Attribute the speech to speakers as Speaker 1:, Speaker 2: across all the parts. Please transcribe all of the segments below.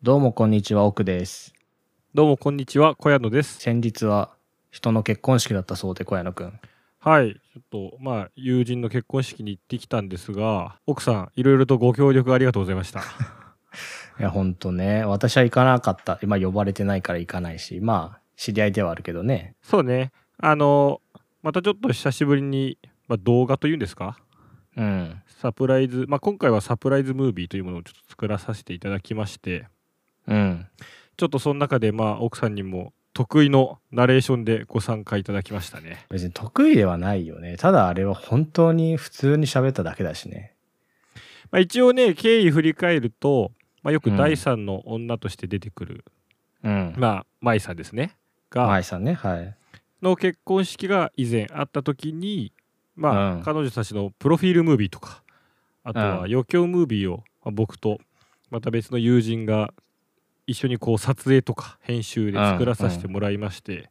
Speaker 1: どうもこんにちは、奥です。
Speaker 2: どうもこんにちは小屋野です。
Speaker 1: 先日は人の結婚式だったそうで、小屋野くん。
Speaker 2: はい、ちょっとまあ友人の結婚式に行ってきたんですが、奥さんいろいろとご協力ありがとうございました。
Speaker 1: いや、ほんとね。私は行かなかった。今呼ばれてないから行かないし、まあ、知り合いではあるけどね。
Speaker 2: そうね、あのまたちょっと久しぶりに、まあ、動画というんですか、
Speaker 1: うん。
Speaker 2: サプライズ、まあ今回はサプライズムービーというものをちょっと作らさせていただきまして、
Speaker 1: うん。
Speaker 2: ちょっとその中でまあ奥さんにも得意のナレーションでご参加いただきましたね。
Speaker 1: 別に得意ではないよね。ただあれは本当に普通に喋っただけだしね。
Speaker 2: まあ、一応ね経緯振り返ると、まあ、
Speaker 1: う
Speaker 2: よく
Speaker 1: ん
Speaker 2: 第三の女として出てくる、
Speaker 1: うん。
Speaker 2: まあ舞さんですねが、
Speaker 1: まあ、さんね。はい。
Speaker 2: の結婚式が以前あった時にまあ、
Speaker 1: うん
Speaker 2: 彼女たちのプロフィールムービーとかあとは
Speaker 1: うん
Speaker 2: 余興ムービーを、まあ僕とまた別の友人が一緒にこう撮影とか編集で作らさせてもらいまして、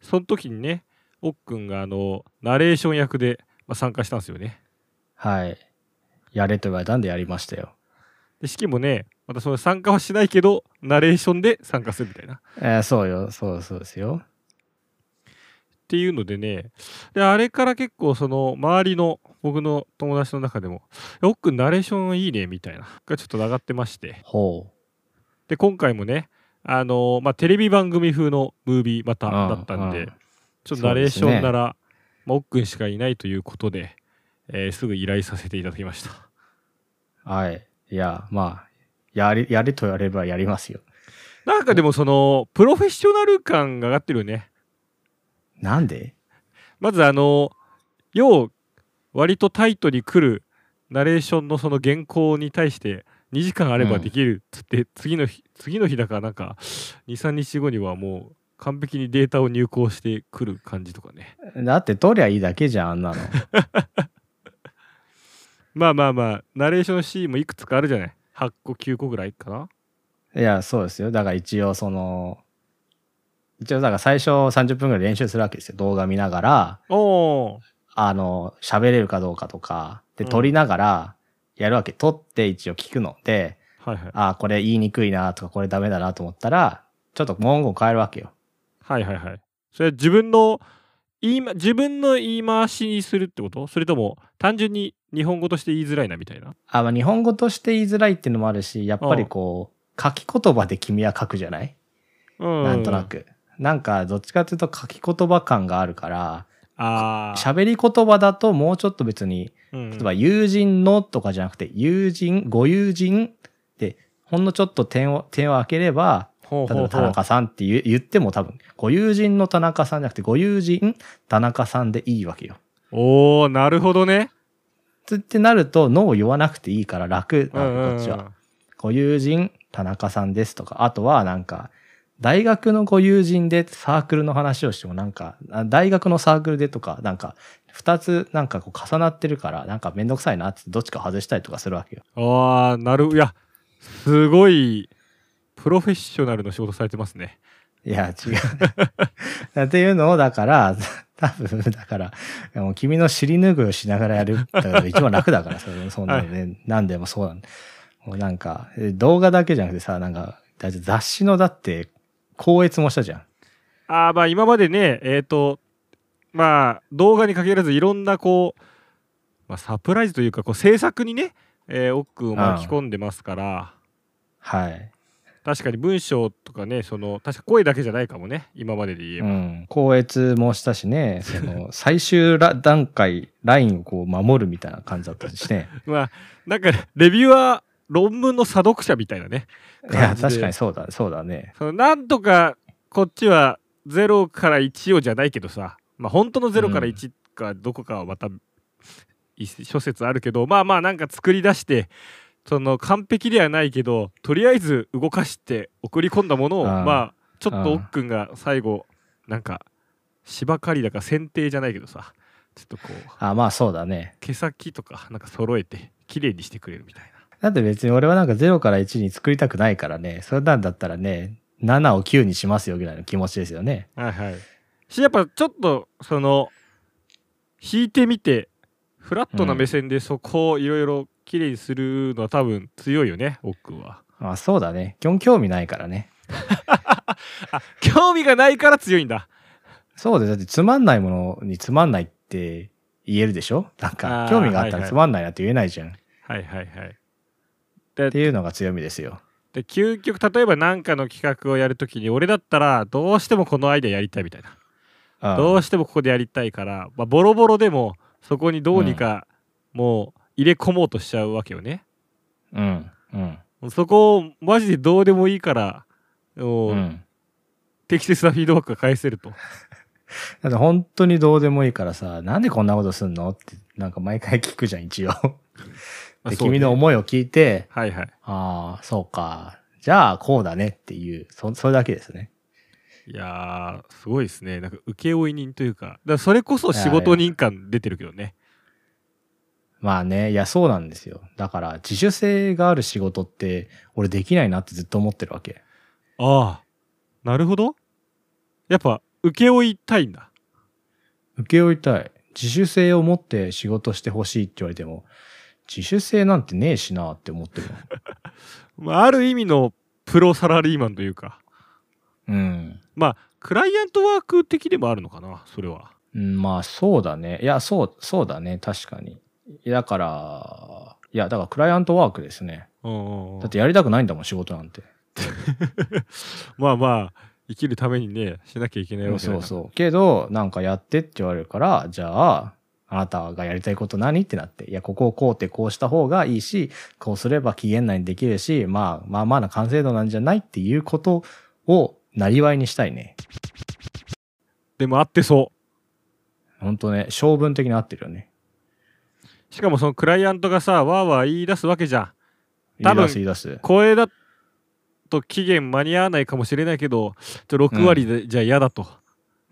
Speaker 2: その時にね奥くんがあのナレーション役で、まあ、参加したんですよね。
Speaker 1: はい。やれと言われたんでやりましたよ。
Speaker 2: で式もねまたその参加はしないけどナレーションで参加するみたいな。
Speaker 1: えーそうよ。そうそうですよ。
Speaker 2: っていうのでねであれから結構その周りの僕の友達の中でも「奥ナレーションいいね」みたいながちょっと上がってまして
Speaker 1: ほ
Speaker 2: で今回もねあのまあ、テレビ番組風のムービーまた
Speaker 1: う。
Speaker 2: だったん
Speaker 1: う
Speaker 2: で、
Speaker 1: う
Speaker 2: ちょっとナレーショ
Speaker 1: そうですね
Speaker 2: ンなら、まあ、奥くんしかいないということで、えーすぐ依頼させていただきました
Speaker 1: はい。いや、まあ、やり、やれと言われればやりますよ。
Speaker 2: なんかでもそのプロフェッショナル感が上がってるよね
Speaker 1: なんで
Speaker 2: まずあの要割とタイトに来るナレーションのその原稿に対して2時間あればできるっつって、次の日次の日だからなんか23日後にはもう完璧にデータを入稿してくる感じとかね
Speaker 1: だって取りゃいいだけじゃん、あん なの。
Speaker 2: まあまあまあナレーションシーンもいくつかあるじゃない8個9個ぐらいかない
Speaker 1: や、そうですよ。だから一応その、一応だから最初30分ぐらい練習するわけですよ。動画見ながら、
Speaker 2: おお
Speaker 1: あの、喋れるかどうかとか、で、
Speaker 2: うん
Speaker 1: 撮りながらやるわけ。撮って一応聞くので、
Speaker 2: はいはい
Speaker 1: あーこれ言いにくいなとか、これダメだなと思ったら、ちょっと文言を変えるわけよ。
Speaker 2: はいはいはいそれは自分の言いま自分の言い回しにするってことそれとも単純に日本語として言いづらいなみたいな
Speaker 1: あーまあ、日本語として言いづらいっていうのもあるし、やっぱりこう、書き言葉で君は書くじゃない
Speaker 2: うん
Speaker 1: なんとなく。なんか、どっちかというと書き言葉感があるから、
Speaker 2: ああ
Speaker 1: 喋り言葉だともうちょっと別に、
Speaker 2: 例
Speaker 1: 例えば友人のとかじゃなくて、友人、ご友人で、ほんのちょっと点を、点を開ければ、
Speaker 2: ほう
Speaker 1: 例
Speaker 2: ほう
Speaker 1: えば
Speaker 2: ほう
Speaker 1: 田中さんって言う言っても多分、ご友人の田中さんじゃなくて、ご友人田中さんでいいわけよ。
Speaker 2: おーなるほどね
Speaker 1: つってなると、脳を言わなくていいから楽な
Speaker 2: うんう
Speaker 1: の
Speaker 2: んうん
Speaker 1: こっちは。ご友人田中さんですとか、あとはなんか、大学のご友人でサークルの話をしてもなんか、あ大学のサークルでとか、なんか、二つなんかこう重なってるから、なんかめんどくさいなってどっちか外したりとかするわけよ。
Speaker 2: あーなるいやすごいプロフェッショナルの仕事されてますね
Speaker 1: いや、違う。 っていうのを、だから、 多分、だから、もう君の尻拭いをしながらやるってのが一番楽だから、それそんなのね、何でもそうなんもうなんか、え動画だけじゃなくてさ、なんか、だって雑誌のだって、光悦もしたじゃん。
Speaker 2: あーまあ今までねえっ、とまあ動画に限らずいろんなこう、まあ、サプライズというかこう制作にね、えー、奥を巻き込んでますから
Speaker 1: はい。
Speaker 2: 確かに文章とかねその確か声だけじゃないかもね今までで言え
Speaker 1: う
Speaker 2: ば、
Speaker 1: ん。光悦もしたしね、 その、最終ら段階、ラインをこう守るみたいな感じだったしね。
Speaker 2: まあなんかレビューは論文の査読者みたいなね
Speaker 1: いや、
Speaker 2: 感じで
Speaker 1: 確かにそうだ、そうだね。
Speaker 2: そのなんとかこっちは0から1をじゃないけどさ、まあ、本当の0から1かどこかはまたい諸説あるけどまあまあなんか作り出してその完璧ではないけどとりあえず動かして送り込んだものを
Speaker 1: ああ
Speaker 2: まあちょっ
Speaker 1: ああ
Speaker 2: と奥くんが最後なんか芝刈りだから剪定じゃないけどさちょっとこう
Speaker 1: あ、まあそうだね。
Speaker 2: 毛先とかなんか揃えて綺麗にしてくれるみたいな。
Speaker 1: だって別に俺はなんか0から1に作りたくないからね、それなんだったらね、7を9にしますよぐらいの気持ちですよね。
Speaker 2: はいはい。し、やっぱちょっと、その、引いてみて、フラットな目線でそこをいろいろ綺麗にするのは多分強いよね、奥は。
Speaker 1: まあそうだね。基本興味ないからね。
Speaker 2: 興味がないから強いんだ
Speaker 1: そうで、だってつまんないものにつまんないって言えるでしょなん
Speaker 2: あ
Speaker 1: か
Speaker 2: ー、
Speaker 1: 興味があった
Speaker 2: はいは
Speaker 1: ら
Speaker 2: い
Speaker 1: つまんないなって言えないじゃん。
Speaker 2: はいはいはい
Speaker 1: っていうのが強みですよ。
Speaker 2: で究極例えば何かの企画をやるときに俺だったらどうしてもこのアイデアやりたいみたいな
Speaker 1: うん
Speaker 2: どうしてもここでやりたいから、まあ、ボロボロでもそこにどうにかもう入れ込もうとしちゃうわけよね
Speaker 1: うん。うん。
Speaker 2: そこをマジでどうでもいいからもう
Speaker 1: うん。
Speaker 2: 適切なフィードバックが返せ ると
Speaker 1: だって本当にどうでもいいからさ、なんでこんなことすんのって、なんか毎回聞くじゃん、一応。で、君の
Speaker 2: い
Speaker 1: 思いを聞いて、
Speaker 2: はいはい
Speaker 1: ああ、そうか。じゃあ、こうだねっていう、そ、それだけですね。
Speaker 2: いやーすごいですねなんか請負人というかだからそれこそ仕事人感出てるけどね
Speaker 1: まあね、いや、そうなんですよ。だから、自主性がある仕事って、俺できないなってずっと思ってるわけ。
Speaker 2: ああなるほどやっぱ請負いたいんだ
Speaker 1: 請負いたい。自主性を持って仕事してほしいって言われても、自主性なんてねえしなって思ってるもん。
Speaker 2: まあ、ある意味のプロサラリーマンというか
Speaker 1: うん。
Speaker 2: まあクライアントワーク的でもあるのかなそれは
Speaker 1: うんまあそうだね。いや、そう、そうだね。確かに。いやだから、いや、だからクライアントワークですね。
Speaker 2: うん
Speaker 1: だってやりたくないんだもん、仕事なんて。
Speaker 2: まあまあ生きるためにねしなきゃいけないわけだ
Speaker 1: そ
Speaker 2: か
Speaker 1: う
Speaker 2: ら
Speaker 1: そう。けど、なんかやってって言われるから、じゃあ、あなたがやりたいこと何ってなって、いや、ここをこうってこうした方がいいし、こうすれば期限内にできるし、まあ、まあまあな完成度なんじゃないっていうことを、なりわいにしたいね。
Speaker 2: でもあってそ
Speaker 1: ほんとね、性分的に合ってるよね。
Speaker 2: うしかもそのクライアントがさわーわー言い出すわけじゃん多
Speaker 1: 言い
Speaker 2: 分
Speaker 1: 出す言い出す。
Speaker 2: これだと期限間に合わないかもしれないけどちょ6割で、じゃあ嫌だと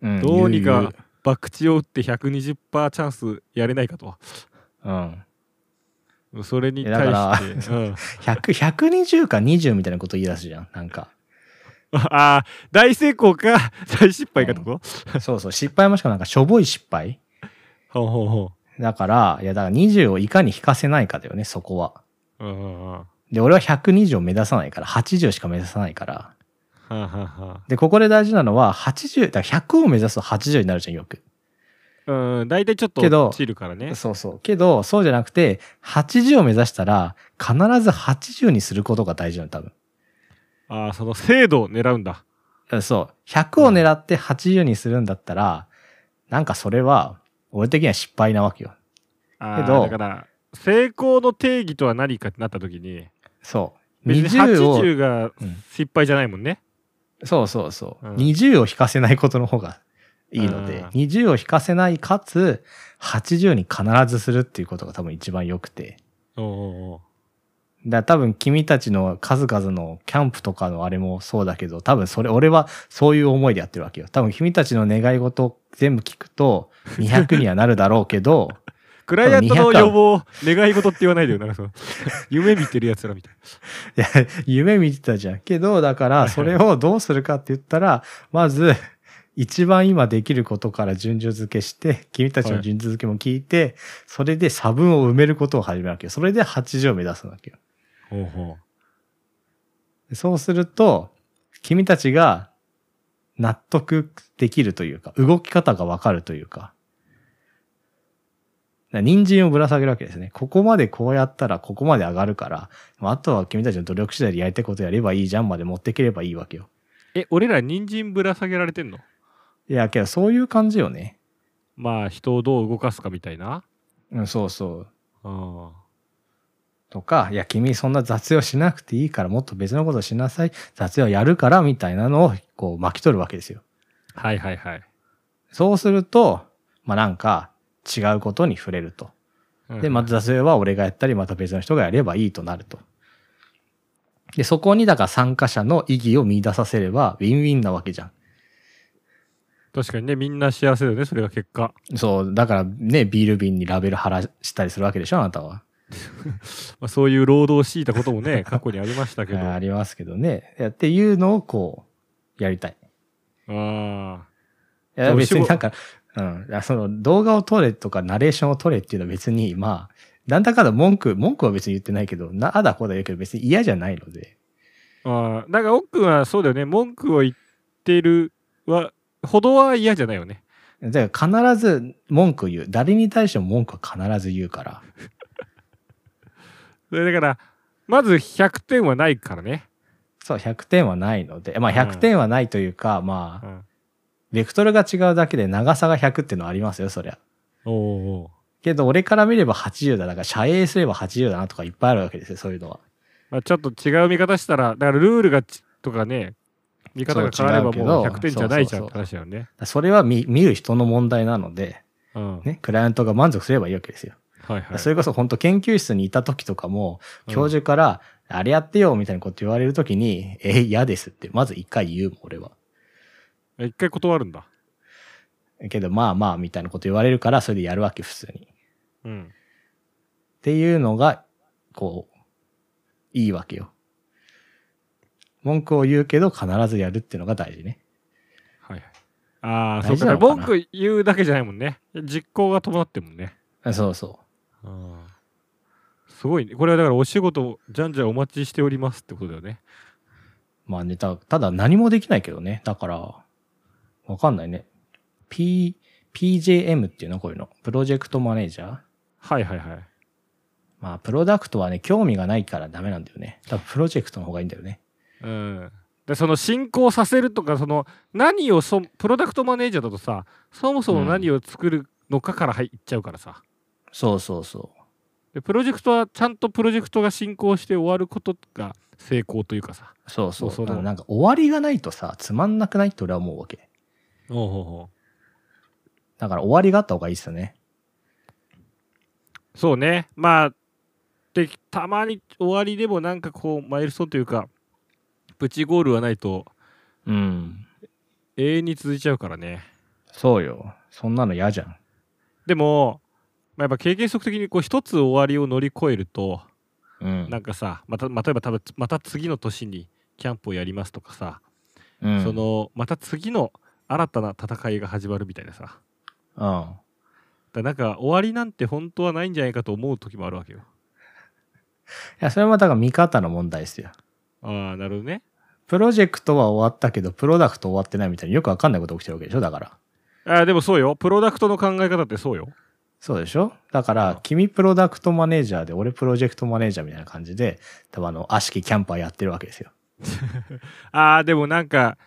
Speaker 1: うん
Speaker 2: どうに
Speaker 1: 言
Speaker 2: か
Speaker 1: 言
Speaker 2: 博打を打って120%チャンスやれないかと
Speaker 1: うん。
Speaker 2: それに
Speaker 1: いやだから
Speaker 2: 対して、うん、
Speaker 1: 100 120か20みたいなこと言い出すじゃん。なんか。
Speaker 2: ああ大成功か 大失敗かってこと、
Speaker 1: そうそう。失敗もしくはなんかしょぼい失敗。
Speaker 2: ほうほうほ
Speaker 1: だから、いやだから20をいかに引かせないかだよね、そこは。
Speaker 2: う。うんうんうん。は
Speaker 1: で、俺は120を目指さないから、80しか目指さないから。
Speaker 2: あ、はあは
Speaker 1: で、ここで大事なのは、80、だから100を目指すと80になるじゃん、よく。
Speaker 2: あ、うん、大体ちょっと
Speaker 1: けど
Speaker 2: 落ちるからね。
Speaker 1: そうそう。けど、そうじゃなくて、80を目指したら、必ず80にすることが大事なの、多分。
Speaker 2: ああ、その精度を狙うんだ。
Speaker 1: うんそう。100を狙って80にするんだったら、なんかそれは、俺的には失敗なわけよ。
Speaker 2: あ
Speaker 1: けど
Speaker 2: あ、だから、成功の定義とは何かってなった時に、
Speaker 1: そう。
Speaker 2: 別に
Speaker 1: 20を
Speaker 2: 80が
Speaker 1: うん
Speaker 2: 失敗じゃないもんね。
Speaker 1: そうそうそう。
Speaker 2: うん
Speaker 1: 20を引かせないことの方がいいので、
Speaker 2: うん
Speaker 1: 20を引かせないかつ、80に必ずするっていうことが多分一番良くて。
Speaker 2: おうおうおう
Speaker 1: だから多分君たちの数々のキャンプとかのあれもそうだけど、多分それ、俺はそういう思いでやってるわけよ。多分君たちの願い事を全部聞くと、200にはなるだろうけど、
Speaker 2: クライアントの予防、願い事って言わないでよ。なんか その、夢見てるやつらみたい
Speaker 1: いや、 夢見てたじゃん。けど、だから、それをどうするかって言ったら、まず、一番今できることから順序付けして、君たちの順序付けも聞いて、それで差分を埋めることを始めるわけよ。それで80を目指すわけよ。
Speaker 2: な。ほうほ
Speaker 1: そうすると、君たちが納得できるというか、動き方がわかるというか、だから人参をぶら下げるわけですね。ここまでこうやったらここまで上がるから、まああとは君たちの努力次第でやりたいことやればいいじゃんまで持ってければいいわけよ。
Speaker 2: う。え、俺ら人参ぶら下げられてんの
Speaker 1: いや、けどそういう感じよね。
Speaker 2: まあ、人をどう動かすかみたいな。
Speaker 1: うん、そうそう。
Speaker 2: うん。
Speaker 1: とか、いや、君そんな雑用しなくていいからもっと別のことしなさい。雑用やるからみたいなのをこう巻き取るわけですよ。
Speaker 2: はいはいはい。
Speaker 1: そうすると、まあなんか違うことに触れると。で、またそれは俺がやったり、また別の人がやればいいとなると。で、そこにだから参加者の意義を見出させれば、ウィンウィンなわけじゃ
Speaker 2: 確かにね、みんな幸せだよね、それが結果。
Speaker 1: ん。そう、だからね、ビール瓶にラベル貼らしたりするわけでしょ、あなたは。
Speaker 2: まあ、そういう労働を強いたことも ね、過去にありましたけど。
Speaker 1: あ
Speaker 2: あ
Speaker 1: りますけどね。いやっていうのをこう、やりたい。
Speaker 2: あ。
Speaker 1: いや
Speaker 2: そう
Speaker 1: 別
Speaker 2: 仕
Speaker 1: に
Speaker 2: 事
Speaker 1: なんか、うん、いやその動画を撮れとかナレーションを撮れっていうのは別に、まあ、なんだかんだ文句、文句は別に言ってないけど、なあだこうだ言うけど別に嫌じゃないので、
Speaker 2: ああ、なんか奥はそうだよね、文句を言ってるは、ほどは嫌じゃないよね。
Speaker 1: だから必ず文句言う。誰に対しても文句は必ず言うから。
Speaker 2: それだから、まず100点はないからね。
Speaker 1: そう、100点はないので、まあ100点はないというか、ま
Speaker 2: う
Speaker 1: あ、
Speaker 2: ん、
Speaker 1: ベクトルが違うだけで長さが100っていうのはありますよ、そりゃ。
Speaker 2: おうおう
Speaker 1: けど、俺から見れば80だ。だから、遮影すれば80だなとかいっぱいあるわけですよ、そういうのは。
Speaker 2: まあ、ちょっと違う見方したら、だからルールがちとかね、見方が変われば
Speaker 1: そう違うけ
Speaker 2: も
Speaker 1: ど
Speaker 2: う100点じゃないじゃん
Speaker 1: そ
Speaker 2: っ
Speaker 1: う
Speaker 2: て
Speaker 1: そう
Speaker 2: 話だよね。
Speaker 1: それは見見る人の問題なので、
Speaker 2: うん。
Speaker 1: ね、クライアントが満足すればいいわけですよ。
Speaker 2: はいはい。
Speaker 1: それこそ本当研究室にいた時とかも、
Speaker 2: うん
Speaker 1: 教授から、あれやってよみたいなこと言われる時に、え、嫌ですって、まず一回言うもん、俺は。
Speaker 2: 一回断るんだ。
Speaker 1: けど、まあまあ、みたいなこと言われるから、それでやるわけ、普通に。っ
Speaker 2: うん。
Speaker 1: ていうのが、こう、いいわけよ。文句を言うけど、必ずやるっていうのが大事ね。
Speaker 2: はいはい。ああ、そ
Speaker 1: 大
Speaker 2: う
Speaker 1: 事
Speaker 2: か。
Speaker 1: なの
Speaker 2: だ
Speaker 1: か
Speaker 2: か
Speaker 1: らな
Speaker 2: 文句言うだけじゃないもんね。実行が伴ってるもんね。
Speaker 1: あそうそう。
Speaker 2: うん。すごいね。これはだからお仕事をじゃんじゃんお待ちしておりますってことだよね。
Speaker 1: まあね、たただ何もできないけどね。だから、わかんないね。P、PJM っていうのこういうの。プロジェクトマネージャー
Speaker 2: はいはいはい。
Speaker 1: まあ、プロダクトはね、興味がないからダメなんだよね。多分プロジェクトの方がいいんだよね。
Speaker 2: うん。でその進行させるとかその何をそプロダクトマネージャーだとさそもそも何を作るのかから入っちゃうからさ、
Speaker 1: そうそうそ
Speaker 2: でプロジェクトはちゃんとプロジェクトが進行して終わることが成功というかさ
Speaker 1: う。そうそう。
Speaker 2: そうそう
Speaker 1: だからなんか終わりがないとさ、つまんなくないって俺は思うわけ。
Speaker 2: おうおうおう
Speaker 1: だから終わりがあった方がいいっすよね。
Speaker 2: そうねまあでたまに終わりでもなんかこうマイルストーンというかプチゴールはないと
Speaker 1: うん。
Speaker 2: 永遠に続いちゃうからね
Speaker 1: そうよ。そんなの嫌じゃん。
Speaker 2: でも、まあ、やっぱ経験則的にこう一つ終わりを乗り越えると
Speaker 1: うん。
Speaker 2: なんかさまたまた例えば多分また次の年にキャンプをやりますとかさ、
Speaker 1: うん、
Speaker 2: そ、のまた次の新たな戦いが始まるみたいなさだか
Speaker 1: うん。
Speaker 2: らなんか終わりなんて本当はないんじゃないかと思う時もあるわけよ
Speaker 1: いや、それはだから見方の問題ですよ。
Speaker 2: ああなるほどね
Speaker 1: プロジェクトは終わったけど、プロダクト終わってないみたいによくわかんないこと起きてるわけでしょだから。
Speaker 2: あーでもそうよプロダクトの考え方ってそうよ
Speaker 1: そうでしょだか
Speaker 2: うん
Speaker 1: ら、君プロダクトマネージャーで、俺プロジェクトマネージャーみたいな感じで、多分あの、悪しきキャンパーやってるわけですよ。
Speaker 2: ああでもなんか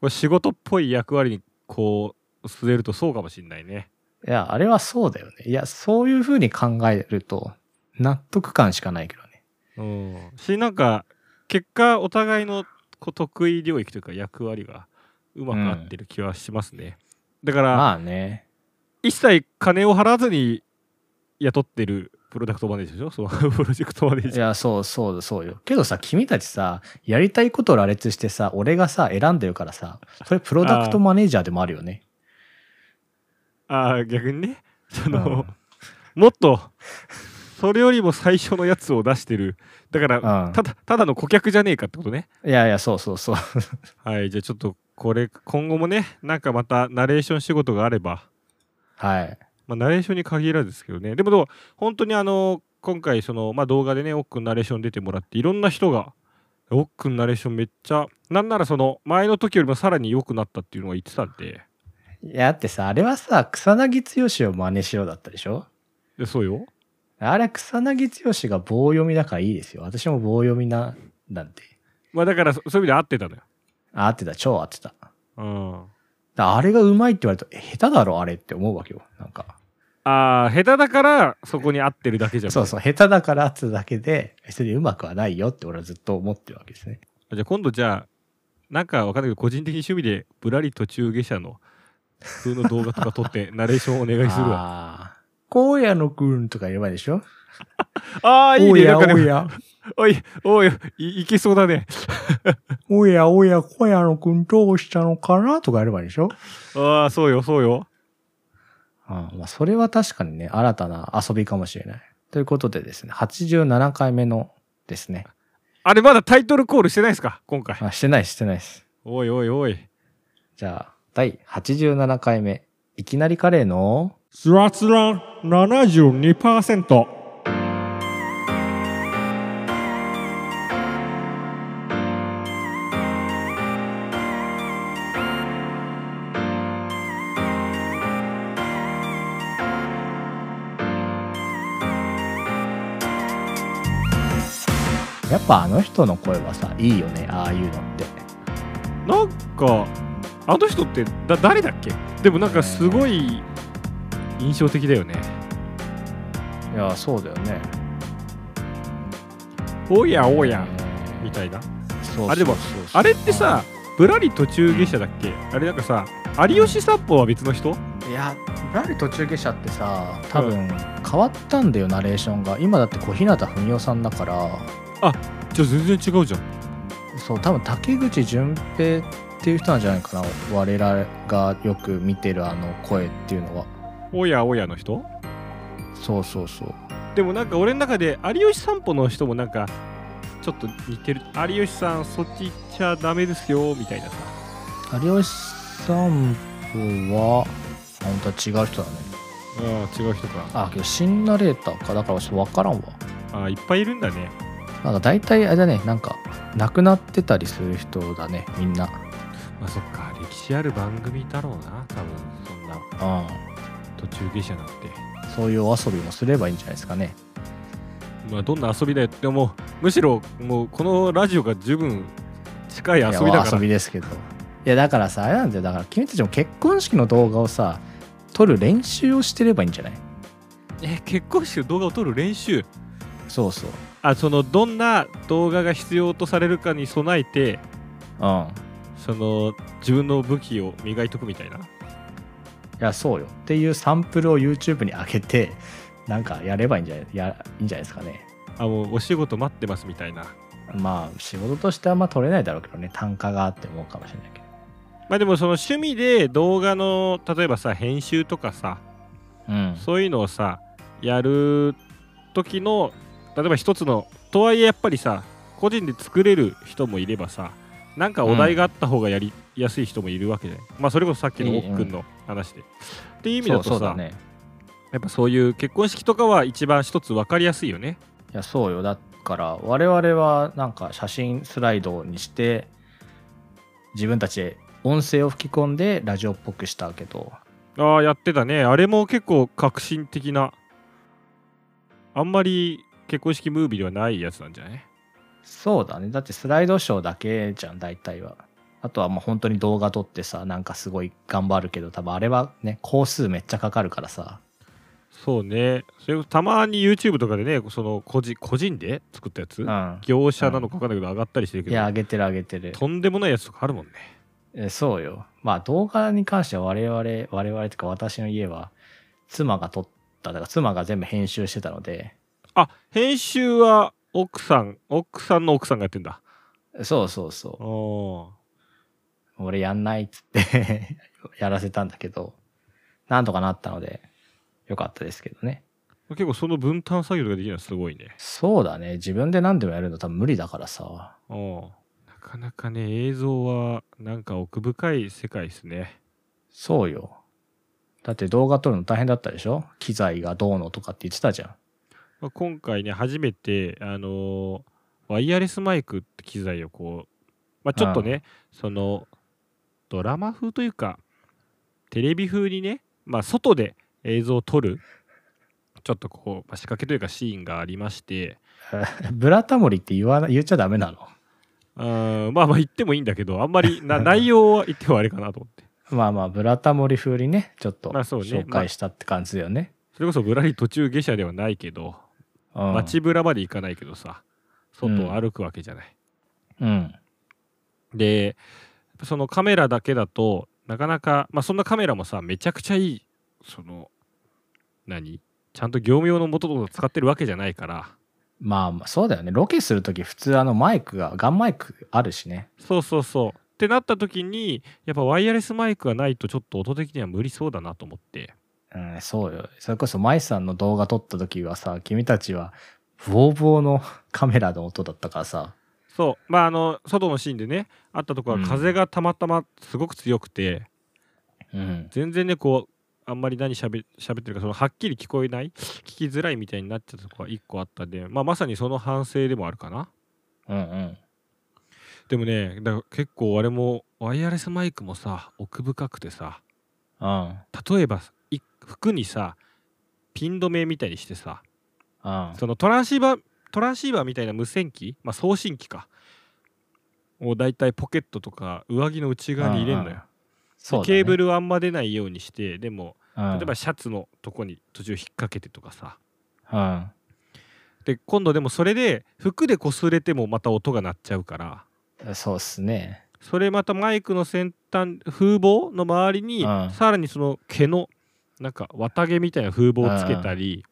Speaker 2: これ仕事っぽい役割にこう据えるとそうかもしんないね
Speaker 1: いや、あれはそうだよね。いや、そういうふうに考えると、納得感しかないけどね。
Speaker 2: うんしなんか結果お互いのこう得意領域というか役割がうまく合ってる気はしますね、だから、
Speaker 1: まあね。
Speaker 2: 一切金を払わずに雇ってるプロダクトマネージャーでしょその プロジェクトマネー
Speaker 1: い
Speaker 2: ジャー
Speaker 1: や、そうそうそうよ。けどさ、君たちさ、やりたいことを羅列してさ、俺がさ、選んでるからさ、それプロダクトマネージャーでもあるよね。
Speaker 2: ああ逆にねその、
Speaker 1: う
Speaker 2: もっとそれよりも最初のやつを出してるだから、
Speaker 1: うん
Speaker 2: ただただの顧客じゃねえかってことね
Speaker 1: いやいや、そうそうそう。
Speaker 2: はいじゃあちょっとこれ今後もねなんかまたナレーション仕事があれば、
Speaker 1: はい。
Speaker 2: まあ、ナレーションに限らずですけどねでもでも本当にあの今回その、まあ、動画でね奥くんナレーション出てもらっていろんな人が奥くんナレーションめっちゃなんならその前の時よりもさらに良くなったっていうのは言ってたんで
Speaker 1: いや、だってさ、あれはさ、草薙剛を真似しろだったでしょ
Speaker 2: いやそうよ
Speaker 1: あれ、草薙剛が棒読みだからいいですよ。私も棒読みな、なんて。
Speaker 2: まあだからそそういう意味で合ってたのよ
Speaker 1: あ、合ってた、超合ってた。だか
Speaker 2: うん
Speaker 1: らあれがうまいって言われると、え下手だろ、あれって思うわけよ。なんか。
Speaker 2: ああ下手だからそこに合ってるだけじゃん
Speaker 1: そうそう、下手だからってだけで、別にうまくはないよって俺はずっと思ってるわけですね。
Speaker 2: じゃあ今度じゃあなんかわかんないけど個人的に趣味でぶらり途中下車の普通の動画とか撮って ナレーションお願いするわ
Speaker 1: ああ。荒野のくんとか言えばいいでしょ
Speaker 2: ああーいい
Speaker 1: お
Speaker 2: ね
Speaker 1: や
Speaker 2: なん
Speaker 1: お
Speaker 2: かね
Speaker 1: や、
Speaker 2: おいおいいいけそうだね
Speaker 1: おやおや、荒野のくんどうしたのかなとかやればいいでしょ
Speaker 2: ああそうよそうよ
Speaker 1: ああまあ、それは確かにね、新たな遊びかもしれない。ということでですね、87回目のですね。
Speaker 2: あれまだタイトルコールしてないですか今回
Speaker 1: あ、してない、してないです。
Speaker 2: おいおいおい
Speaker 1: じゃあ、第87回目、いきなりカレーの、
Speaker 2: スラスラ72%
Speaker 1: っぱあの人の声はさ、いいよね、ああいうのって。
Speaker 2: なんかあの人ってだ誰だっけでもなんかすごい印象的だよね
Speaker 1: いや、そうだよね。
Speaker 2: おやおやみたいなあでもあれってさ、ぶらり途中下車だっけあれなんかさ有吉散歩は別の人
Speaker 1: いや、ぶらり途中下車ってさ、多分変わったんだよ、ナレーションが。今だって小日向文世さんだから、
Speaker 2: じゃあ全然違うじゃん
Speaker 1: そう、多分竹口淳平っていう人なんじゃないかな、我らがよく見てるあの声っていうのは。
Speaker 2: おやおやの人
Speaker 1: そうそうそう。
Speaker 2: でもなんか俺の中で有吉散歩の人もなんかちょっと似てる有吉さんそっち行っちゃダメですよみたいなさ
Speaker 1: 有吉散歩は、本当は違う人だね。
Speaker 2: あー違う人か
Speaker 1: あ、けど新ナレーターか、だからちょっとわからんわ。
Speaker 2: あーいっぱいいるんだね
Speaker 1: なんか大体あれだね、なんか、亡くなってたりする人だね、みんな。
Speaker 2: まあそっか歴史ある番組だろうな多分そんな
Speaker 1: うん。
Speaker 2: 途中下車なんて
Speaker 1: そういうお遊びもすればいいんじゃないですかね。
Speaker 2: まあどんな遊びだよって思うむしろもうこのラジオが十分近い遊び
Speaker 1: い
Speaker 2: だ
Speaker 1: や
Speaker 2: か
Speaker 1: 遊
Speaker 2: ら
Speaker 1: びですけど。いや、だからさ、あれなんだよ。だから、君たちも結婚式の動画をさ、撮る練習をしてればいいんじゃない
Speaker 2: え結婚式の動画を撮る練習
Speaker 1: そうそう。
Speaker 2: あそのどんな動画が必要とされるかに備えて
Speaker 1: うん。
Speaker 2: その自分の武器を磨いとくみたいない
Speaker 1: や、そうよ。っていうサンプルを YouTube に上げて、なんかやればいいんじゃないやいいんじゃないですかね。
Speaker 2: あもうお仕事待ってますみたいな
Speaker 1: まあ、仕事としてはあんま撮れないだろうけどね、単価があって思うかもしれないけど。
Speaker 2: まあでもその趣味で動画の例えばさ編集とかさ
Speaker 1: うん
Speaker 2: そういうのをさやる時の例えば一つのとはいえやっぱりさ個人で作れる人もいればさなんかお題があった方がやりやすい人もいるわけじゃない、まあそれこそさっきの奥君の話で、っていう意味だとさ
Speaker 1: そうそうだね。
Speaker 2: やっぱそういう結婚式とかは一番一つ分かりやすいよね
Speaker 1: いやそうよだから我々はなんか写真スライドにして自分たちで音声を吹き込んでラジオっぽくしたけど
Speaker 2: ああやってたねあれも結構革新的なあんまり結婚式ムービーではないやつなんじゃない
Speaker 1: そうだねだってスライドショーだけじゃん大体はあとはもう本当に動画撮ってさなんかすごい頑張るけど多分あれはね工数めっちゃかかるからさ
Speaker 2: そうねそれこそたまに YouTube とかでねその個人個人で作ったやつ、
Speaker 1: うん
Speaker 2: 業者なのか分かんないけど上がったりしてるけ
Speaker 1: い
Speaker 2: ど、
Speaker 1: や上げてる上げてる
Speaker 2: とんでもないやつとかあるもんね
Speaker 1: えそうよまあ動画に関しては我々我々とか私の家は妻が撮っただから妻が全部編集してたので
Speaker 2: あ編集は奥さん奥さんの奥さんがやってんだ
Speaker 1: そうそうそう
Speaker 2: おー
Speaker 1: 俺やんないっつって やらせたんだけど、なんとかなったので、よかったですけどね。
Speaker 2: 結構その分担作業ができるのはすごいね
Speaker 1: そうだね。自分で何でもやるの多分無理だからさ。
Speaker 2: おーなかなかね映像はなんか奥深い世界ですね
Speaker 1: そうよ。だって動画撮るの大変だったでしょ機材がどうのとかって言ってたじゃん。
Speaker 2: まあ今回ね初めてあのーワイヤレスマイクって機材をこう、まあ、ちょっとねそのドラマ風というかテレビ風にね、まあ、外で映像を撮るちょっとこう、まあ仕掛けというかシーンがありまして
Speaker 1: ブラタモリって言わな、言っちゃダメなの
Speaker 2: あーまあまあ言ってもいいんだけどあんまりな 内容は言ってはあれかなと思って
Speaker 1: まあまあ、ブラタモリ風にね、ちょっと
Speaker 2: まあそうね
Speaker 1: 紹介したって感じだよね。
Speaker 2: それこそぶらり途中下車ではないけど
Speaker 1: うん
Speaker 2: 街ぶらまで行かないけどさ外を歩くわけじゃない。
Speaker 1: うん。
Speaker 2: でやっぱそのカメラだけだとなかなか、まあ、そんなカメラもさめちゃくちゃいいその何ちゃんと業務用の元々使ってるわけじゃないから
Speaker 1: まあまあ、そうだよね。ロケするとき普通あのマイクが、ガンマイクあるしね。
Speaker 2: そうそうそうってなった時にやっぱワイヤレスマイクがないとちょっと音的には無理そうだなと思って
Speaker 1: うん、そうよ。それこそ、舞さんの動画撮った時はさ、君たちは、ブオブオの カメラの音だったからさ。
Speaker 2: そうまああの外のシーンでねあったとこ
Speaker 1: うん
Speaker 2: は風がたまたますごく強くて、
Speaker 1: うん。
Speaker 2: 全然ねこうあんまり何しゃべってるかそのはっきり聞こえない聞きづらいみたいになっちゃったとこは1個あったんで、まあ、まさにその反省でもあるかな
Speaker 1: うんうん。
Speaker 2: でもねだから結構あれもワイヤレスマイクもさ奥深くてさ
Speaker 1: うん。
Speaker 2: 例えばい服にさピン止めみたいにしてさ
Speaker 1: うん。
Speaker 2: そのトランシーバートランシーバーみたいな無線機、まあ、送信機かをだいたいポケットとか上着の内側に入れるの
Speaker 1: うんうん
Speaker 2: よ、で
Speaker 1: そうだね
Speaker 2: ケーブルはあんま出ないようにしてでも
Speaker 1: うん
Speaker 2: 例えばシャツのとこに途中引っ掛けてとかさ
Speaker 1: うん
Speaker 2: で今度でもそれで服で擦れてもまた音が鳴っちゃうから
Speaker 1: そうっすね。
Speaker 2: それまたマイクの先端風防の周りに
Speaker 1: うん
Speaker 2: さらにその毛のなんか綿毛みたいな風防をつけたり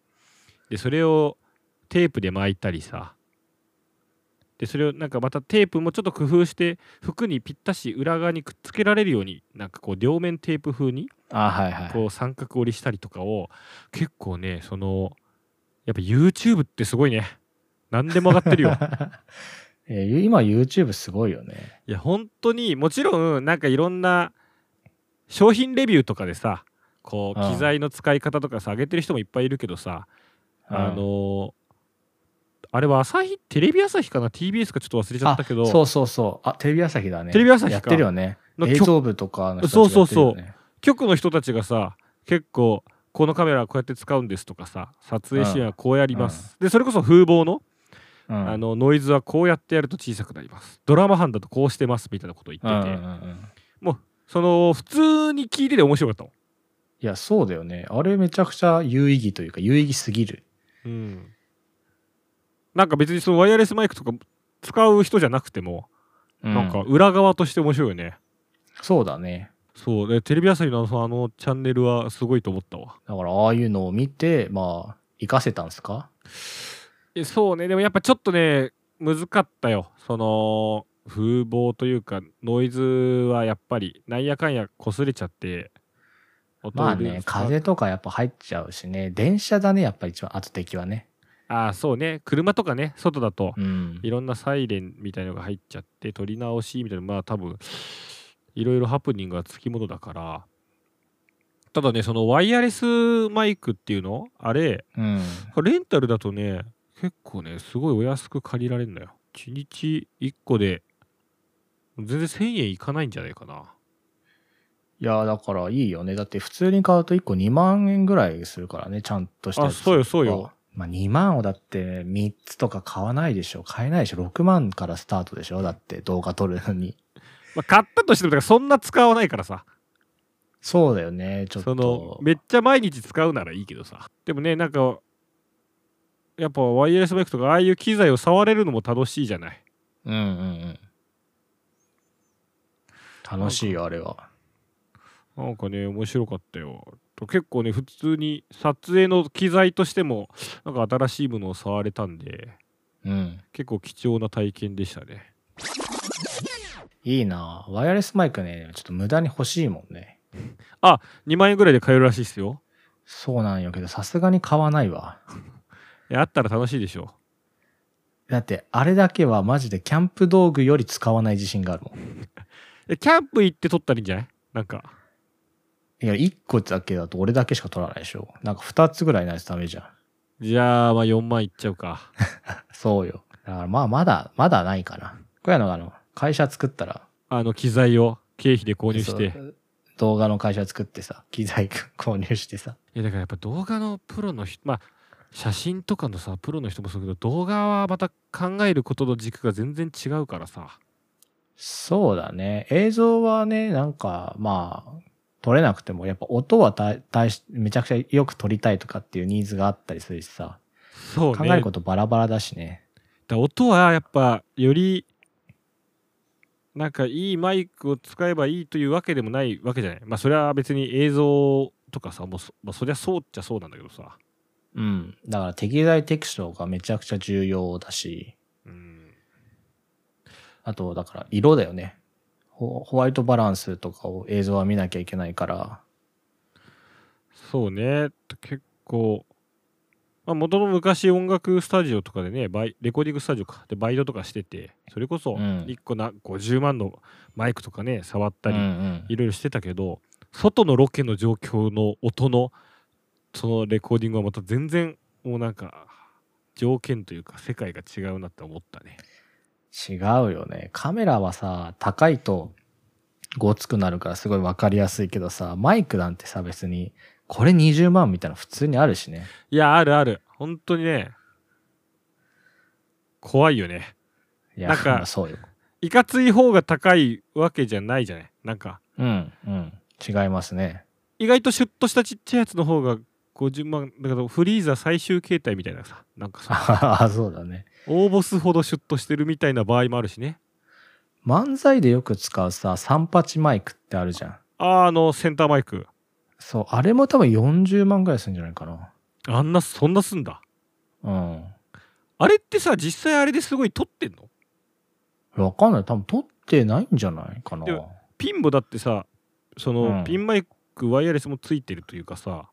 Speaker 2: でそれをテープで巻いたりさでそれをなんかまたテープもちょっと工夫して服にぴったし裏側にくっつけられるようになんかこう両面テープ風に
Speaker 1: あはいはい。
Speaker 2: こう三角折りしたりとかを結構ねそのやっぱ YouTube ってすごいね何でも上がってるよ
Speaker 1: えー今 YouTube すごいよね。
Speaker 2: いや本当にもちろんなんかいろんな商品レビューとかでさこう
Speaker 1: うん
Speaker 2: 機材の使い方とかさ上げてる人もいっぱいいるけどさ
Speaker 1: うん
Speaker 2: あのーあれは朝日テレビ朝日かな TBS かちょっと忘れちゃったけど
Speaker 1: そうそうそう。あ、テレビ朝日だね。
Speaker 2: テレビ朝日か
Speaker 1: やってるよね。
Speaker 2: の
Speaker 1: 映像部とかの人たちがやってるよね。
Speaker 2: 局の人たちがさ結構このカメラはこうやって使うんですとかさ撮影シーンはこうやります、でそれこそ風貌の,、
Speaker 1: うん
Speaker 2: あのノイズはこうやってやると小さくなりますドラマ班だとこうしてますみたいなことを言
Speaker 1: うん
Speaker 2: ってて、
Speaker 1: うんうんうん
Speaker 2: その普通に聞いてて面白かったもん
Speaker 1: いや、そうだよね。あれめちゃくちゃ有意義というか、有意義すぎる。
Speaker 2: うん、なんか別にそのワイヤレスマイクとか使う人じゃなくても、
Speaker 1: う
Speaker 2: なんか、裏側として面白いよね
Speaker 1: そうだね。
Speaker 2: そうでテレビ朝日のあのあのチャンネルはすごいと思ったわ
Speaker 1: だから、ああいうのを見て、まあ、活かせたんですか
Speaker 2: えそうねでもやっぱちょっとね難かったよその風貌というかノイズはやっぱりなんやかんや擦れちゃって音
Speaker 1: まあ
Speaker 2: ルー
Speaker 1: ね
Speaker 2: ズ、さ
Speaker 1: 風とかやっぱ入っちゃうしね。電車だね、やっぱ一番圧的はね。
Speaker 2: ああそうね車とかね外だと
Speaker 1: うん
Speaker 2: い。ろんなサイレンみたいのが入っちゃって撮り直しみたいなまあ多分いろいろハプニングがつきものだからただねそのワイヤレスマイクっていうのあれ
Speaker 1: うん。
Speaker 2: レンタルだとね結構ねすごいお安く借りられるのよ1日1個で全然1000円いかないんじゃないかない
Speaker 1: や、だからいいよね。だって普通に買うと1個2万円ぐらいするからね、ちゃんとしたやつ
Speaker 2: あそうよそうよ。
Speaker 1: まあ2万をだって3つとか買わないでしょ。買えないでしょ。6万からスタートでしょ。だって動画撮るのに。
Speaker 2: まあ買ったとしてもだからそんな使わないからさ
Speaker 1: そうだよね、ちょっ
Speaker 2: その
Speaker 1: と。
Speaker 2: めっちゃ毎日使うならいいけどさでもねなんかやっぱワイヤレスマイクとかああいう機材を触れるのも楽しいじゃない
Speaker 1: うんうんうん。楽しいよ、あれは。
Speaker 2: なんかね面白かったよと結構ね普通に撮影の機材としてもなんか新しいものを触れたんで
Speaker 1: うん。
Speaker 2: 結構貴重な体験でしたね
Speaker 1: いいなワイヤレスマイクね、ちょっと無駄に欲しいもんね。
Speaker 2: 2万円ぐらいで買えるらしいですよ
Speaker 1: そうなんよけど、さすがに買わないわ。
Speaker 2: いやあったら楽しいでしょ
Speaker 1: だって、あれだけはマジでキャンプ道具より使わない自信があるもん。
Speaker 2: えキャンプ行って撮ったらいいんじゃないなんか
Speaker 1: いや、1個だけだと俺だけしか取らないでしょ。なんか2つぐらいないとダメじゃん。
Speaker 2: じゃあまあ4万いっちゃうか
Speaker 1: そうよ。だからまあ、まだ、まだないかな。こういうのが、あの、会社作ったら、
Speaker 2: あの機材を経費で購入して
Speaker 1: そう動画の会社作ってさ、機材 購入してさ。
Speaker 2: いやだからやっぱ動画のプロの人まあ写真とかのさプロの人もそうだけど動画はまた考えることの軸が全然違うからさ
Speaker 1: そうだね。映像はね、なんか、まあ、撮れなくても、やっぱ音は大大し、めちゃくちゃよく撮りたいとかっていうニーズがあったりするしさ、
Speaker 2: そう
Speaker 1: 考
Speaker 2: ね
Speaker 1: えることバラバラだしね。
Speaker 2: だから音はやっぱよりなんかいいマイクを使えばいいというわけでもないわけじゃないまあそれは別に映像とかさもうそ,、まあ、そりゃそうっちゃそうなんだけどさ
Speaker 1: うん。だから適材適所がめちゃくちゃ重要だし、
Speaker 2: うん
Speaker 1: あと、だから色だよね。ホホワイトバランスとかを映像は見なきゃいけないから。
Speaker 2: そうね結構まあ元の昔音楽スタジオとかでねバイレコーディングスタジオかでバイトとかしててそれこ
Speaker 1: う
Speaker 2: そ
Speaker 1: ん
Speaker 2: 1個な50万のマイクとかね触った
Speaker 1: うんう
Speaker 2: り
Speaker 1: ん
Speaker 2: いろいろしてたけど外のロケの状況の音のそのレコーディングはまた全然もうなんか条件というか世界が違うなって思ったね
Speaker 1: 違うよね。カメラはさ、高いとごつくなるからすごいわかりやすいけどさ、マイクなんてさ、別に、これ20万みたいなの普通にあるしね。
Speaker 2: いやあるある本当にね怖いよね
Speaker 1: いや、
Speaker 2: なんか
Speaker 1: まあそうよ。
Speaker 2: いかつい方が高いわけじゃないじゃないなんか
Speaker 1: うん、うん。違いますね。
Speaker 2: 意外とシュッとしたちっちゃいやつの方が50万だからフリーザ最終形態みたいなさなんかさ
Speaker 1: ああ、そうだね。
Speaker 2: 大ボスほどシュッとしてるみたいな場合もあるしね
Speaker 1: 漫才でよく使うさ、三八マイクってあるじゃん。
Speaker 2: あーあのセンターマイク
Speaker 1: そう、あれも多分40万ぐらいするんじゃないかな。
Speaker 2: あんなそんなすんだ
Speaker 1: うん。
Speaker 2: あれってさ実際あれですごい撮ってんの
Speaker 1: わかんない。多分取ってないんじゃないかな。
Speaker 2: でもピンもだってさその、
Speaker 1: うん
Speaker 2: ピンマイクワイヤレスもついてるというかさ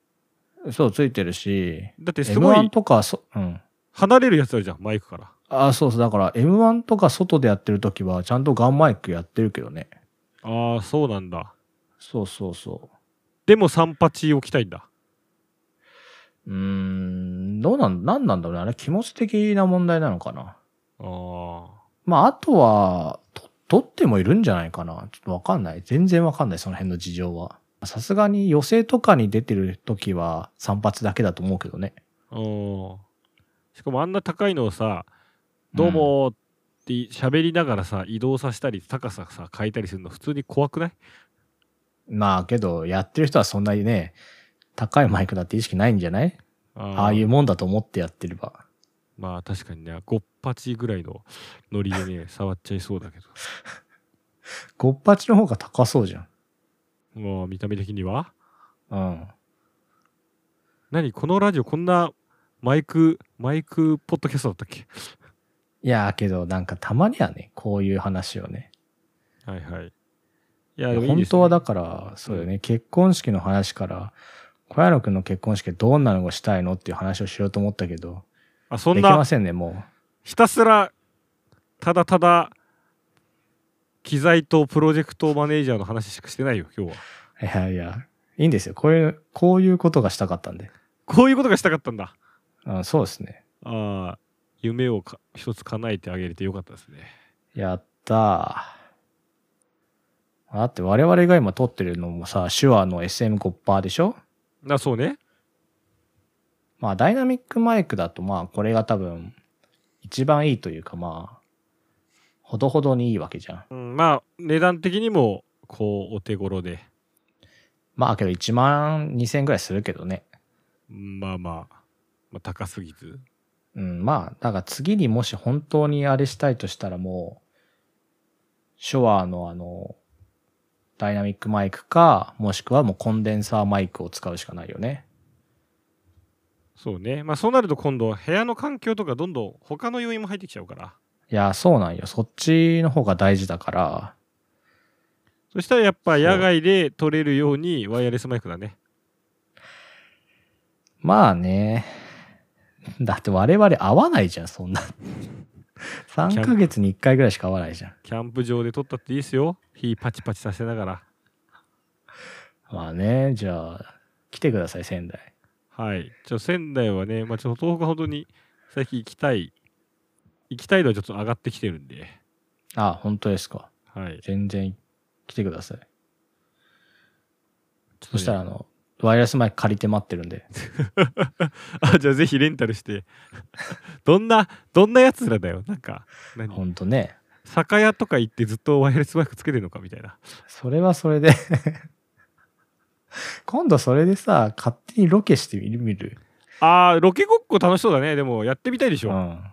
Speaker 1: そう、ついてるし、
Speaker 2: だってすご
Speaker 1: M1
Speaker 2: い
Speaker 1: とかそ、うん。
Speaker 2: 離れるやつあるじゃんマイクから
Speaker 1: あそうそう。だから M1 とか外でやってるときは、ちゃんとガンマイクやってるけどね。
Speaker 2: ああそうなんだ
Speaker 1: そうそうそ
Speaker 2: でも三八置きたいんだ
Speaker 1: う。うーん、どうなん、なんなんだろうね。あれ気持ち的な問題なのかな。
Speaker 2: あー
Speaker 1: まあ、あとは、と取ってもいるんじゃないかな。ちょっとわかんない。全然わかんない、その辺の事情は。さすがに予選とかに出てる時は散髪だけだと思うけどね。
Speaker 2: あーしかもあんな高いのをさ「どうも」って喋りながらさ移動させたり高ささ変えたりするの普通に怖くない
Speaker 1: まあけど、やってる人はそんなにね、高いマイクだって意識ないんじゃない
Speaker 2: あー
Speaker 1: ああいうもんだと思ってやってれば。
Speaker 2: まあ確かにねゴッパチぐらいのノリでね触っちゃいそうだけど
Speaker 1: ゴッパチの方が高そうじゃん。
Speaker 2: もう見た目的には
Speaker 1: うん。
Speaker 2: 何このラジオこんなマイクマイクポッドキャストだったっけ
Speaker 1: いやーけど、なんかたまにはね、こういう話をね。
Speaker 2: はいはいいやでもいい
Speaker 1: 本
Speaker 2: ですね
Speaker 1: 当はだから、そうよね、結婚式の話から、小屋野くんの結婚式どんなのがしたいのっていう話をしようと思ったけど、
Speaker 2: あそん
Speaker 1: でき
Speaker 2: な
Speaker 1: ませんね、も
Speaker 2: ひたすらただただ機材とプロジェクトマネージャーの話しかしてないよ今日は
Speaker 1: う。いやいや、いいんですよ。こういう、こういうことがしたかったんで。
Speaker 2: こういうことがしたかったんだ
Speaker 1: うん、そうですね。
Speaker 2: ああ夢をか一つ叶えてあげれてよかったですね
Speaker 1: やったー。だって我々が今撮ってるのもさ、手話の SM5% でしょ
Speaker 2: なそうね
Speaker 1: まあダイナミックマイクだとまあこれが多分一番いいというかまあ、ほどほどにいいわけじゃん。
Speaker 2: うんまあ値段的にもこうお手頃で
Speaker 1: まあけど1万2000円ぐらいするけどね。
Speaker 2: うんまあまあ、まあ、高すぎず
Speaker 1: うん、まあ、だから次にもし本当にあれしたいとしたらもう、ショワーのあの、ダイナミックマイクか、もしくはもうコンデンサーマイクを使うしかないよね。
Speaker 2: そうねまあそうなると今度部屋の環境とかどんどん他の要因も入ってきちゃうから
Speaker 1: いや、そうなんよ。そっちの方が大事だから、
Speaker 2: そしたらやっぱ野外で撮れるようにワイヤレスマイクだね
Speaker 1: まあね。だって我々合わないじゃん、 そんな。3ヶ月に1回ぐらいしか合わないじゃん。
Speaker 2: キャンプ場で撮ったっていいですよ火パチパチさせながら
Speaker 1: まあね、じゃあ、来てください、仙台。
Speaker 2: はい。ちょ仙台はね、まあ、ちょっと東北は本当に最近行きたい、行きたい度はちょっと上がってきてるんで、
Speaker 1: あ本当ですか。
Speaker 2: はい。
Speaker 1: 全然来てください。
Speaker 2: ちょっとね
Speaker 1: そしたら、あ、の、ワイヤレスマイク借りて待ってるんで。
Speaker 2: あ、じゃあぜひレンタルして、 どんな、どんなやつらだよ、なんか、
Speaker 1: ほ
Speaker 2: 何
Speaker 1: んとね。
Speaker 2: 酒屋とか行ってずっとワイヤレスマイクつけてるのかみたいな。
Speaker 1: それはそれで。 今度それでさ、勝手にロケしてみる見る。
Speaker 2: あー、ロケごっこ楽しそうだね。でも、やってみたいでし
Speaker 1: う
Speaker 2: ょ。
Speaker 1: ん。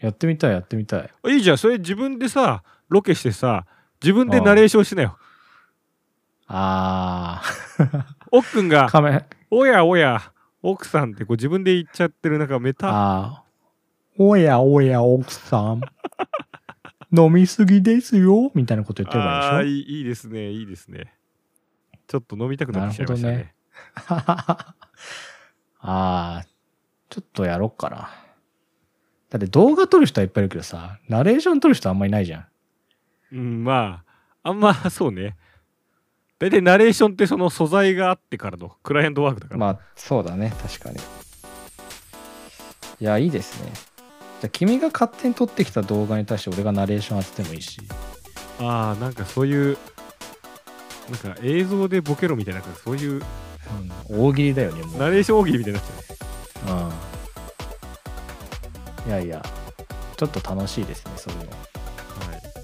Speaker 1: やってみたい、やってみたい。
Speaker 2: いいじゃん、それ自分でさ、ロケしてさ、自分でナレーションしなよ。
Speaker 1: あ
Speaker 2: 奥くん
Speaker 1: ー、
Speaker 2: が、
Speaker 1: カメ、
Speaker 2: おやおや、奥さんってこう自分で言っちゃってる、なんかメタ、
Speaker 1: あー、おやおや奥さん。 飲みすぎですよ、みたいなこと言ってる
Speaker 2: あ
Speaker 1: から
Speaker 2: ー
Speaker 1: でしょ。
Speaker 2: いいいいですねいいですねちょっと飲みたくなってきちゃいましたね
Speaker 1: なる あー、ちょっとやろっかな。だって動画撮る人はいっぱいいるけどさ、ナレーション撮る人あんまりないじゃん。
Speaker 2: うんまああんまそうね大体ナレーションってその素材があってからのクライアントワークだから、
Speaker 1: まあそうだね確かにいやいいですねじゃあ君が勝手に撮ってきた動画に対して俺がナレーション当ててもいいし
Speaker 2: ああーなんかそういうなんか映像でボケろみたいななんかそういう
Speaker 1: 大喜利だよねもう
Speaker 2: ナレーション大喜利みたいになっちゃう
Speaker 1: うんいやいやちょっと楽しいですね、そういうの。
Speaker 2: はい、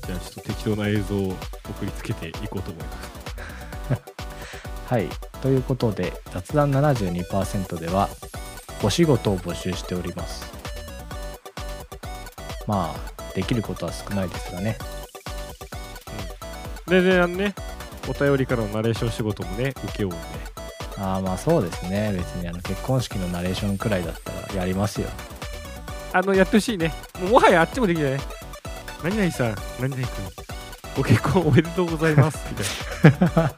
Speaker 2: じゃあちょっと適当な映像を送りつけていこうと思います。
Speaker 1: はい。ということで、雑談72%では、お仕事を募集しております。まあ、できることは少ないですがね。
Speaker 2: で、で、あのね、お便りからのナレーション仕事もね、受けようんで。
Speaker 1: ああ、まあそうですね。別にあの結婚式のナレーションくらいだったらやりますよ。
Speaker 2: あの、やってほしいね。もうもはやあっちもできないね。何々さん、何々くん、ご結婚おめでとうございます。みたいな。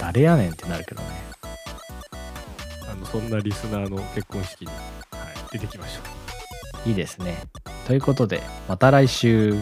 Speaker 1: 誰やねんってなるけどね。
Speaker 2: あのそんなリスナーの結婚式に、はい、出てきましょう。
Speaker 1: いいですね。ということで、また来週。